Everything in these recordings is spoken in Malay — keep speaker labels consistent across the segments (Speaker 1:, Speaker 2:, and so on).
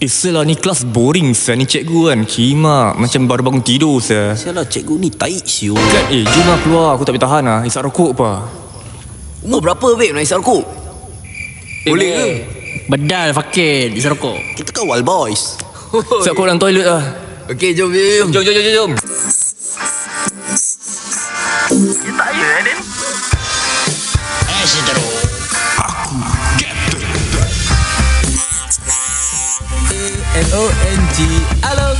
Speaker 1: Eh selah ni kelas boring sah Ni cikgu kan Kimak Macam baru bangun tidur sah
Speaker 2: Sialah cikgu ni taik siu
Speaker 1: Kan eh jom lah keluar Aku tak boleh tahan lah Isap rokok pa
Speaker 2: Umur berapa babe nak isap rokok? Boleh ke?
Speaker 3: Bedal fakir Isap rokok
Speaker 2: Kita kawal boys
Speaker 1: Isap kau dalam toilet lah
Speaker 2: Okay jom babe
Speaker 1: Jom jom jom jom, jom
Speaker 2: N-O-N-G Along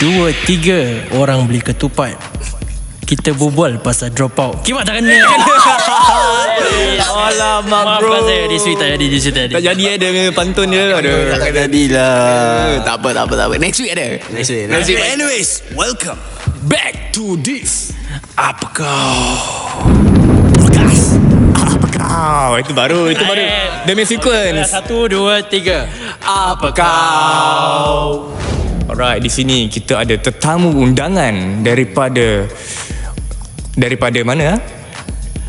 Speaker 3: Dua tiga Orang beli ketupat Kita berbual pasal drop out Kimak tak kena
Speaker 1: Alamak
Speaker 3: Maafkan saya This week tak jadi This week tak
Speaker 1: Tak
Speaker 3: jadi
Speaker 1: jadi eh dia punya pantun dia ada.
Speaker 2: Tak jadi lah Tak apa tak apa tak apa Next week ada Next week Next week
Speaker 4: Anyways, welcome back to this. Apa kau?
Speaker 1: Ah, itu baru, itu baru. Dia punya sequence.
Speaker 3: Satu dua tiga
Speaker 1: Apa kau? Alright, di sini kita ada tetamu undangan daripada daripada mana? ah?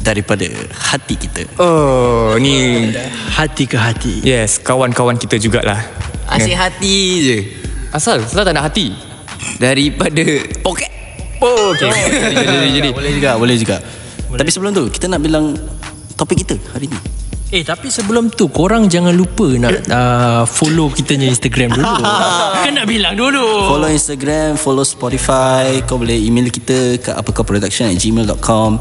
Speaker 2: Daripada hati kita
Speaker 1: Oh, ni
Speaker 3: Hati ke hati
Speaker 1: yes, kawan-kawan kita jugalah.
Speaker 2: Asyik hati je
Speaker 1: Asal, asal tak nak hati.
Speaker 2: Daripada poket
Speaker 1: Oh, okay.
Speaker 2: Jadi jadi Boleh juga boleh juga Tapi sebelum tu Kita nak bilang Topik kita hari ni
Speaker 3: Eh tapi sebelum tu Korang jangan lupa Nak uh, follow kita punya Instagram dulu Kena bilang dulu
Speaker 2: Follow Instagram Follow Spotify Kau boleh email kita Ke apakaproduction at gmail.com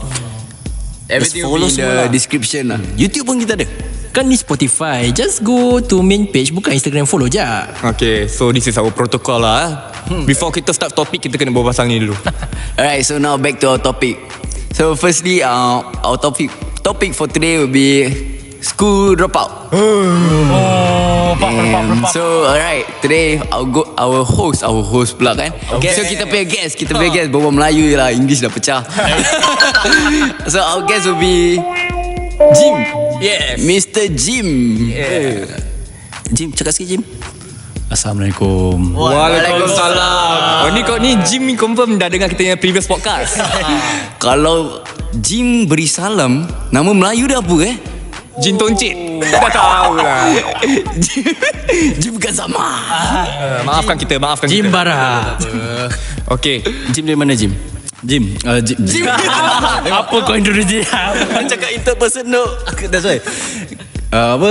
Speaker 2: Everything follow semua lah. description lah YouTube pun kita ada
Speaker 3: Kan ni Spotify Just go to main page Bukan Instagram follow je
Speaker 1: okay, so this is our protocol lah. ah. Before kita start topik, kita kena bawa pasang ni dulu.
Speaker 5: Alright, so now back to our topic. So firstly, uh, our topic topic for today will be school dropout. Damn. Mm, So alright, today our go, our host, our host pula kan. Okay. So kita punya guest, kita punya guest berbual Melayu je lah, English dah pecah. so our guest will be Jim. Yes. Mr. Jim.
Speaker 2: Jim cakap sikit Jim
Speaker 6: Assalamualaikum.
Speaker 1: Waalaikumsalam. Oh, ni kau ni Jim ni confirm dah dengar kita punya previous podcast.
Speaker 5: Kalau Jim beri salam, nama Melayu dah apa eh?
Speaker 1: Jin Toncit. Dah tahu lah.
Speaker 5: Jim bukan sama.
Speaker 1: Eh, Maafkan kita, maafkan kita.
Speaker 3: Jimbara
Speaker 1: Okay.
Speaker 2: Jim dari mana Jim
Speaker 6: Jim, uh, Jim. Jim.
Speaker 3: Apa kau introduce dia
Speaker 2: Cakap interpersonal Aku dah
Speaker 6: Sorry. Uh, apa?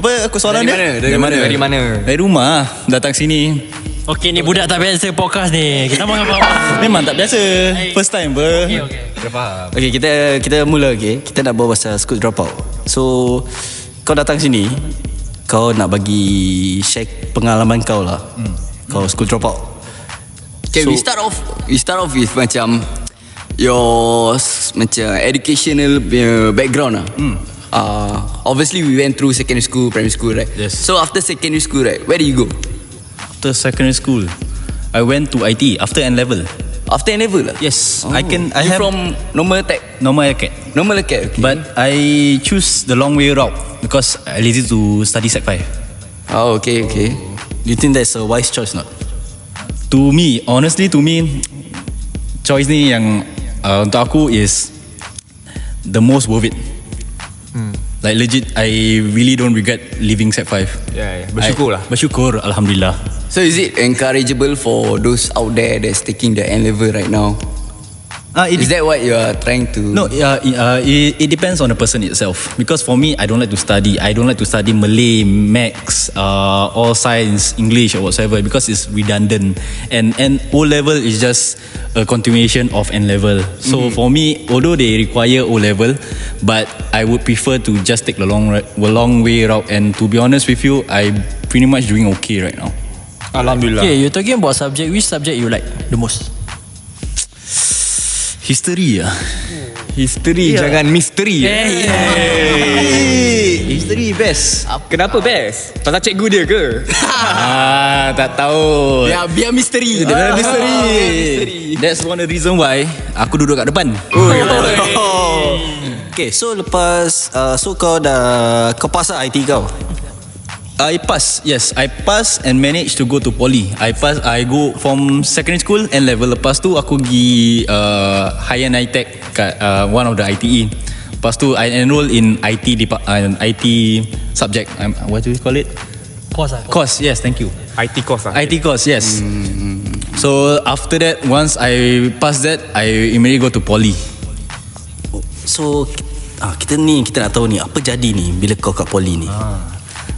Speaker 6: Apa aku soalan
Speaker 5: Dari
Speaker 6: dia?
Speaker 1: mana?
Speaker 5: mana? Dari
Speaker 1: Dari mana?
Speaker 6: Dari rumah lah. Datang sini.
Speaker 3: Okay ni budak tak biasa podcast ni Kita makan apa
Speaker 6: Memang tak biasa. First time ber. Okay, okay.
Speaker 2: Okay kita kita mula okay Kita nak bawa pasal school dropout So Kau datang sini Kau nak bagi Share pengalaman kau lah hmm. Kau school dropout
Speaker 5: Okay, so, we start off we start off with macam your s- macam educational punya background lah.
Speaker 2: Hmm.
Speaker 5: Mm. Uh, obviously we went through secondary school, primary school, right?
Speaker 6: Yes.
Speaker 5: So after secondary school, right, where do you go?
Speaker 6: After secondary school, I went to IT after N level.
Speaker 5: After N level lah.
Speaker 6: Yes, I can. I
Speaker 5: you
Speaker 6: have
Speaker 5: from normal tech,
Speaker 6: normal acad,
Speaker 5: normal acad. Okay.
Speaker 6: but I choose the long way route because I lazy to study sec five.
Speaker 5: Oh, okay, okay.
Speaker 2: You think that's a wise choice not?
Speaker 6: To me, honestly to me, choice ni yang uh, untuk aku is the most worth it.
Speaker 1: Hmm.
Speaker 6: Like legit, I really don't regret leaving set 5.
Speaker 1: Ya, ya. Bersyukur lah.
Speaker 6: Bersyukur, Alhamdulillah.
Speaker 5: So is it encourageable for those out there that's taking the N level right now?
Speaker 6: Uh,
Speaker 5: Is that what you are trying to?
Speaker 6: No, uh, it- uh, it, it depends on the person itself. Because for me, I don't like to study. I don't like to study Malay, Max, uh, all science, English, or whatsoever because it's redundant. And and O level is just a continuation of N level. So for me, although they require O level, but I would prefer to just take the long ri- well, long way route. And to be honest with you, I pretty much doing okay right now.
Speaker 1: Alhamdulillah.
Speaker 3: Okay you talking about subject Which subject you like the most
Speaker 6: History, ah.
Speaker 1: History yeah. jangan misteri. Yeah.
Speaker 3: Eh,
Speaker 6: History best.
Speaker 1: Kenapa best? Pasal cikgu dia ke?
Speaker 6: Ah, tak tahu.
Speaker 5: Ya, biar misteri. Ah,
Speaker 6: Ah, Dia dalam misteri. That's one of the reason why aku duduk kat depan. lah
Speaker 2: Okay so lepas uh, So kau dah Kau pasal IT kau
Speaker 6: I pass, yes. I pass and manage to go to poly. I pass, I go from secondary school and level. Lepas tu aku pergi uh, high end high tech kat uh, one of the ITE. Lepas tu I enroll in IT depa- uh, IT subject. Um, what do you call it?
Speaker 3: Kos lah
Speaker 6: Course, yes, thank you.
Speaker 1: IT course lah.
Speaker 6: IT course, yes.
Speaker 2: Hmm,
Speaker 6: So after that, once I pass that, I immediately go to poly.
Speaker 2: So ah, Kita ni Kita nak tahu ni Apa jadi ni Bila kau kat poli ni
Speaker 6: Ah.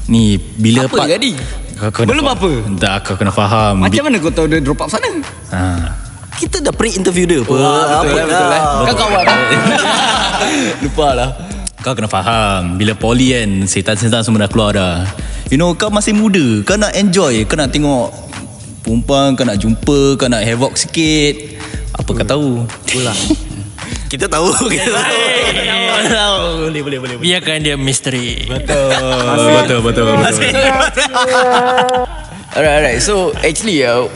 Speaker 6: Ni bila
Speaker 5: Apa jadi?
Speaker 6: Kau kena
Speaker 5: Belum
Speaker 6: faham.
Speaker 5: apa?
Speaker 6: Dah kau kena faham.
Speaker 5: Macam mana kau tahu dia drop out sana?
Speaker 6: Ha.
Speaker 2: Kita dah pre-interview
Speaker 6: Ah,
Speaker 2: dia apa
Speaker 5: Wah, Ah, betul
Speaker 2: Apa Ah,
Speaker 5: lah, betul lah. Kau kawan lah. Lupa lah.
Speaker 6: Kau kena faham Bila poli kan Setan-setan semua dah keluar dah You know kau masih muda Kau nak enjoy Kau nak tengok Perempuan Kau nak jumpa Kau nak havoc sikit Apa kau tahu
Speaker 5: lah.
Speaker 2: Kita tahu Kita tahu
Speaker 3: Biarkan dia misteri
Speaker 6: Betul Betul Betul, betul.
Speaker 5: Alright, alright. So, actually, uh,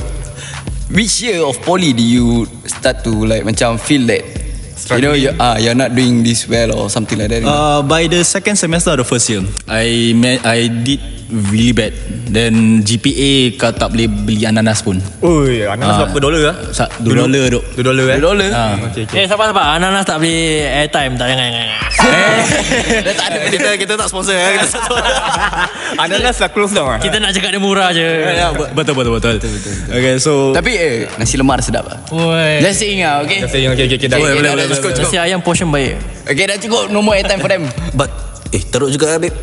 Speaker 5: which year of poly do you start to like macam feel that You know, you're, ah, you're not doing this well or something like that.
Speaker 6: Uh, by the second semester of the first year I ma- I did really bad Then GPA kau tak boleh beli ananas pun
Speaker 4: Oi, ananas berapa dolar ah?
Speaker 6: Sa- Dua dollar duk
Speaker 4: Dua dolar eh?
Speaker 5: Dua dolar.
Speaker 1: Ah.
Speaker 6: Ha.
Speaker 3: Eh sabar sabar Ananas tak beli airtime Tak jangan jangan
Speaker 2: kita, kita tak sponsor eh. Kita tak sponsor.
Speaker 4: Ananas lah close down ah.
Speaker 3: Kita nak cakap dia murah je
Speaker 6: Ya, Betul betul betul Okay so
Speaker 5: Tapi eh, nasi lemak dah sedap lah.
Speaker 3: Woi
Speaker 5: Just saying ah, okay?
Speaker 4: Saya okay okay okay dah.
Speaker 5: Okay, okay, dah, dah,
Speaker 4: boleh.
Speaker 5: cukup, cukup.
Speaker 3: Nasi ayam portion baik
Speaker 5: Okay, dah cukup. No more airtime for them.
Speaker 2: But Eh teruk juga lah babe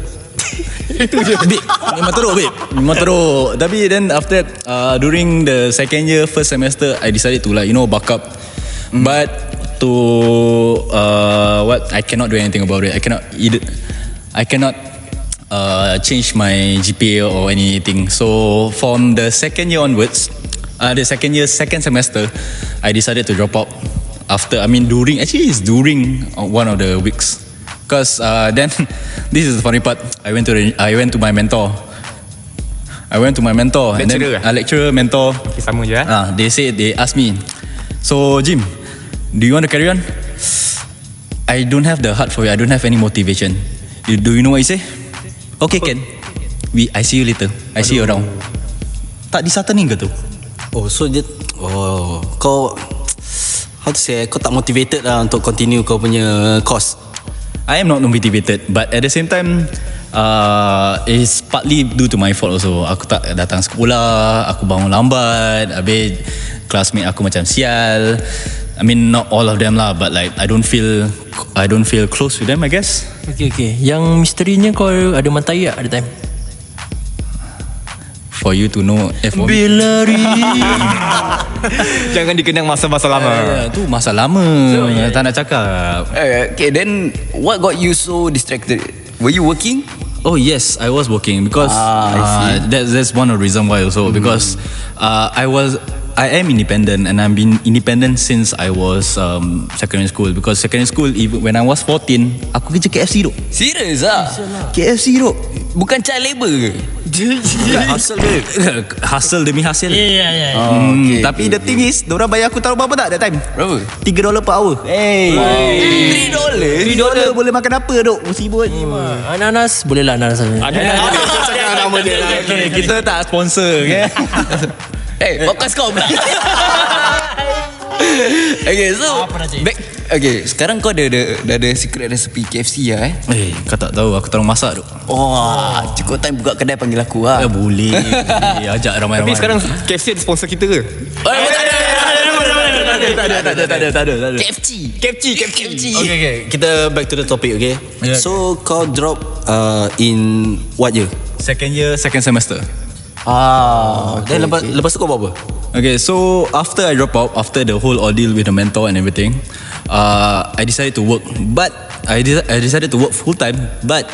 Speaker 6: babe, memang teruk babe. Memang teruk. Tapi then after that, uh, during the second year, first semester, I decided to like, you know, buck up. Mm. But to, uh, what, I cannot do anything about it. I cannot, either, I cannot uh, change my GPA or anything. So from the second year onwards, uh, the second year, second semester, I decided to drop out. After, I mean during, actually it's during uh, one of the weeks. Cause uh, then this is the funny part. I went to the, I went to my mentor. I went to my
Speaker 4: Lecturer
Speaker 6: mentor. and
Speaker 4: eh?
Speaker 6: then, uh, lecturer, mentor.
Speaker 4: Okay, sama je eh.
Speaker 6: Uh, they say they asked me. So Jim, do you want to carry on? I don't have the heart for it. I don't have any motivation. You, do you know what you say? Okay, can. We I see you later. I see you around. Tak disataning ke tu?
Speaker 2: Oh so dia Oh Kau How to say eh, Kau tak motivated lah Untuk continue kau punya Course
Speaker 6: I am not motivated but at the same time uh, it's partly due to my fault also. Aku tak datang sekolah, aku bangun lambat, habis classmate aku macam sial. I mean not all of them lah but like I don't feel I don't feel close with them I guess.
Speaker 3: Okay okay Yang misterinya kau ada mantai tak ada time
Speaker 6: For you to know eh, for me.
Speaker 3: Bila
Speaker 4: Jangan dikenang masa-masa
Speaker 7: Ya,
Speaker 4: lama.
Speaker 6: Ah, tu masa lama tak nak cakap.
Speaker 5: Eh, okay, then what got you so distracted? Were you working?
Speaker 6: Oh yes, I was working because
Speaker 4: Ah,
Speaker 6: uh, that's that's one of the reason why
Speaker 4: Hmm.
Speaker 6: also because uh, I was I am independent and I've been independent since I was um, secondary school because secondary school even when I was 14 aku kerja KFC dok
Speaker 5: Serious ah?
Speaker 6: KFC dok
Speaker 5: Bukan child labour ke?
Speaker 6: hustle hustle demi hasil
Speaker 3: Ya ya ya
Speaker 5: Oh, okay.
Speaker 6: tapi the thing is diorang bayar aku tahu berapa tak that time
Speaker 5: Berapa?
Speaker 6: 3 dollar per hour hey
Speaker 5: Three dollar?
Speaker 6: 3 dollar boleh makan apa dok musibah ni mah
Speaker 3: Ananas Ah. Boleh lah ananas
Speaker 6: okay, lah. kita tak sponsor okay
Speaker 5: Eh, podcast kau pula. okay, so
Speaker 3: Apa dah, cik?
Speaker 5: back, Okay, sekarang kau ada ada, dah ada secret recipe KFC lah eh.
Speaker 6: eh kau tak tahu aku tahu masak dok
Speaker 5: Wah, oh, cukup time buka kedai panggil aku ah.
Speaker 6: Ah, boleh, boleh. Ajak ramai-ramai.
Speaker 4: Tapi
Speaker 6: Eh,
Speaker 4: sekarang KFC ada sponsor kita ke?
Speaker 5: Oh, tak ada.
Speaker 6: tak ada, tak ada, tak ada, tak ada, tak ada.
Speaker 5: KFC. KFC, KFC.
Speaker 2: Okay okay Kita back to the topic okay
Speaker 6: Yeah.
Speaker 2: So kau drop uh, In What year
Speaker 6: Second year, second semester.
Speaker 2: Ah, okay, then lepas okay. lepas tu kau buat apa?
Speaker 6: Okay, so after I drop out, after the whole ordeal with the mentor and everything, uh, I decided to work. But I, de- I decided to work full time. But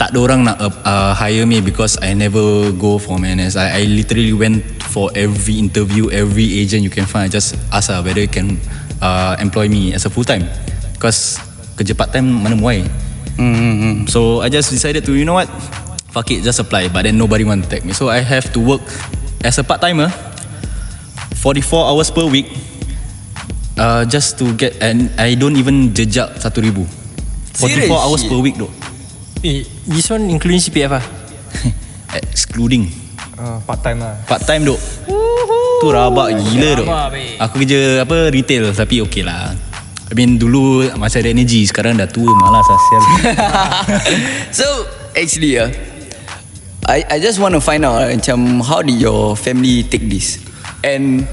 Speaker 6: tak ada orang nak uh, uh, hire me because I never go for NS. I, I literally went for every interview, every agent you can find. I just ask uh, whether you can uh, employ me as a full time. Because kerja part time mana muai. Mm-hmm. So I just decided to, you know what? Fuck it, just apply. But then nobody want to take me. So I have to work as a part timer 44 hours per week uh, just to get and I don't even jejak 1000 44
Speaker 5: Serious?
Speaker 3: Eh,
Speaker 6: hours per week though
Speaker 3: ah? This one including CPF lah
Speaker 6: excluding.
Speaker 7: Ah, part time lah.
Speaker 6: Part time duk. Tu rabak gila duk. Aku kerja apa retail tapi okey lah. I mean dulu masih ada energy Sekarang dah tua Malas lah sial
Speaker 5: so actually ah, I I just want to find out ah, macam how did your family take this and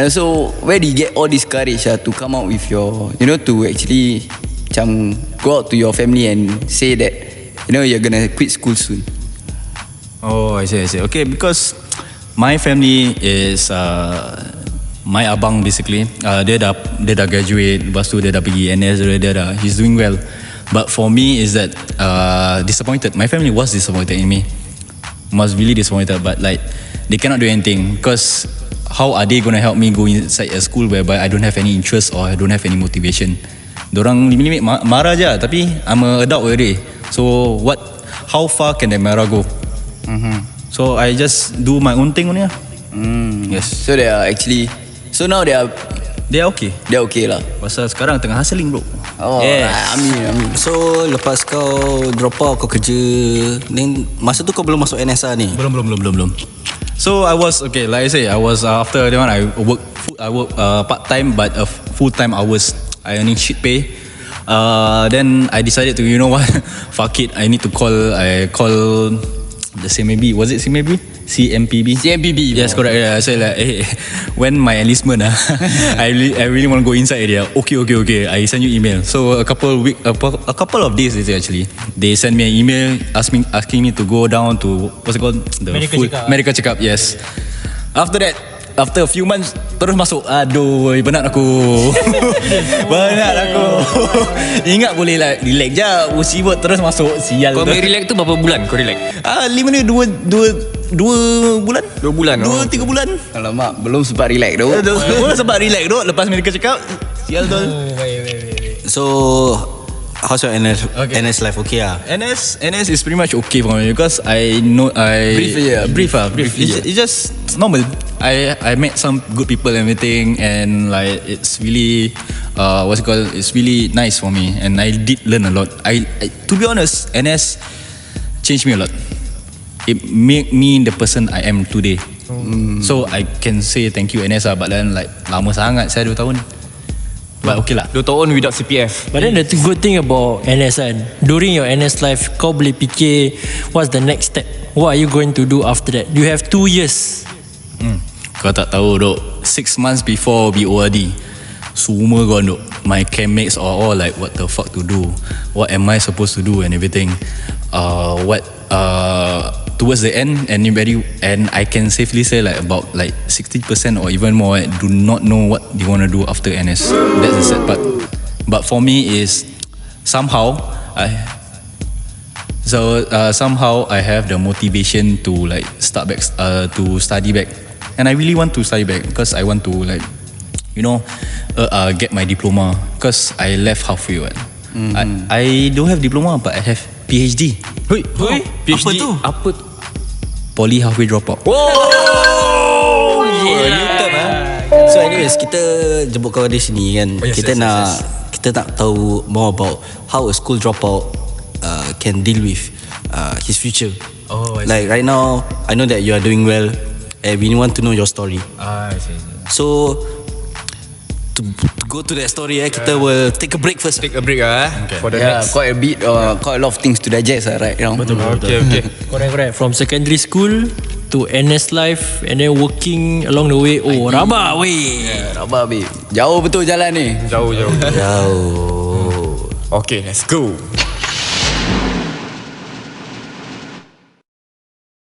Speaker 5: and so where did you get all this courage ah, to come out with your you know to actually macam go out to your family and say that you know you're gonna quit school soon.
Speaker 6: Oh I see I see Okay because My family is uh, My abang basically uh, Dia dah Dia dah graduate Lepas tu dia dah pergi NS dia, dia dah He's doing well But for me is that uh, Disappointed My family was disappointed in me Was really disappointed But like They cannot do anything Because How are they gonna help me Go inside a school Whereby I don't have any interest Or I don't have any motivation Dorang limit-limit ma- marah je lah, Tapi I'm a adult already So what How far can that marah go So I just do my own thing only lah.
Speaker 2: Hmm.
Speaker 6: Mm. Yes.
Speaker 5: So they are actually so now they are
Speaker 6: They are okay.
Speaker 5: they are okay lah.
Speaker 6: Pasal sekarang tengah hustling bro.
Speaker 5: Oh,
Speaker 6: Yes.
Speaker 5: I, I mean, I mean.
Speaker 2: So lepas kau drop out kau kerja Then masa tu kau belum masuk NS lah ni
Speaker 6: Belum belum belum belum belum. So I was okay like I say I was uh, after that one I work full- I work uh, part time but uh, full time hours. I earning shit pay. Uh, then I decided to you know what fuck it I need to call I call the CMB was it CMB CMPB
Speaker 5: CMPB,
Speaker 6: yes
Speaker 5: bro.
Speaker 6: correct yeah. so like hey, when my enlistment ah I really I really want to go inside area okay okay okay I send you email so a couple week a, po- a couple of days later actually they send me an email asking asking me to go down to what's it called the
Speaker 7: Medical
Speaker 6: full-
Speaker 7: checkup.
Speaker 6: medical checkup yes after that After a few months Terus masuk Aduh weh, Penat aku Penat aku Ingat boleh lah Relax je Musibut terus masuk Sial
Speaker 1: Kau main relax tu berapa bulan kau relax?
Speaker 6: Ah, lima ni dua, dua, dua bulan
Speaker 1: Dua bulan,
Speaker 6: Dua,
Speaker 1: oh.
Speaker 6: tiga bulan
Speaker 5: Alamak, belum sempat relax tu.
Speaker 6: Dua sempat relax tu Lepas mereka cakap Sial tu
Speaker 2: So How's your NS,
Speaker 6: Okay.
Speaker 2: NS life okay lah
Speaker 6: NS NS is pretty much okay for me Because I know I
Speaker 5: Brief je, yeah.
Speaker 6: Brief ah brief,
Speaker 5: Brief je.
Speaker 6: it's, it's just normal I I met some good people and everything And like It's really uh, What's it called It's really nice for me And I did learn a lot I, I To be honest NS Changed me a lot It made me the person I am today
Speaker 5: Hmm.
Speaker 6: So I can say thank you NS lah But then like Lama sangat Saya 2 tahun But okay lah
Speaker 1: Dua tahun without CPF.
Speaker 3: But then the th- good thing about NS kan During your NS life Kau boleh fikir What's the next step What are you going to do after that You have two years
Speaker 6: Hmm. Kau tak tahu dok. Six months before BORD, semua kau dok. My campmates are all like, what the fuck to do? What am I supposed to do and everything? Uh, what uh, towards the end, anybody and I can safely say like about like 60% or even more eh, do not know what they want to do after NS. That's the sad part. But for me is somehow I So uh, somehow I have the motivation to like start back uh, to study back, and I really want to study back because I want to like, you know, uh, uh, get my diploma because I left halfway. What?
Speaker 1: Mm-hmm.
Speaker 6: I, I don't have diploma but I have PhD. Hui,
Speaker 1: Hui,
Speaker 6: PhD.
Speaker 1: Apa tu? Apa tu?
Speaker 6: Poly halfway dropout.
Speaker 2: So anyways kita jemput kau di sini kan oh, yes, Kita yes, nak yes, Kita nak tahu more about How a school dropout uh, Can deal with uh, His future
Speaker 6: Oh, I see.
Speaker 2: Like right now I know that you are doing well And we want to know your story
Speaker 6: Ah, I see.
Speaker 2: So To, to go to that story eh, Kita will take a break first
Speaker 1: Take a break ah. Okay. For the
Speaker 5: Yeah,
Speaker 1: next.
Speaker 5: quite a bit uh, quite a lot of things to digest lah right now. Betul.
Speaker 1: Okay, okay.
Speaker 3: Correct correct From secondary school To NS life And then working Along the way Oh rabak weh
Speaker 5: Rabak babe. Jauh betul jalan ni.
Speaker 1: Jauh, jauh.
Speaker 2: Jauh
Speaker 1: Okay, let's go.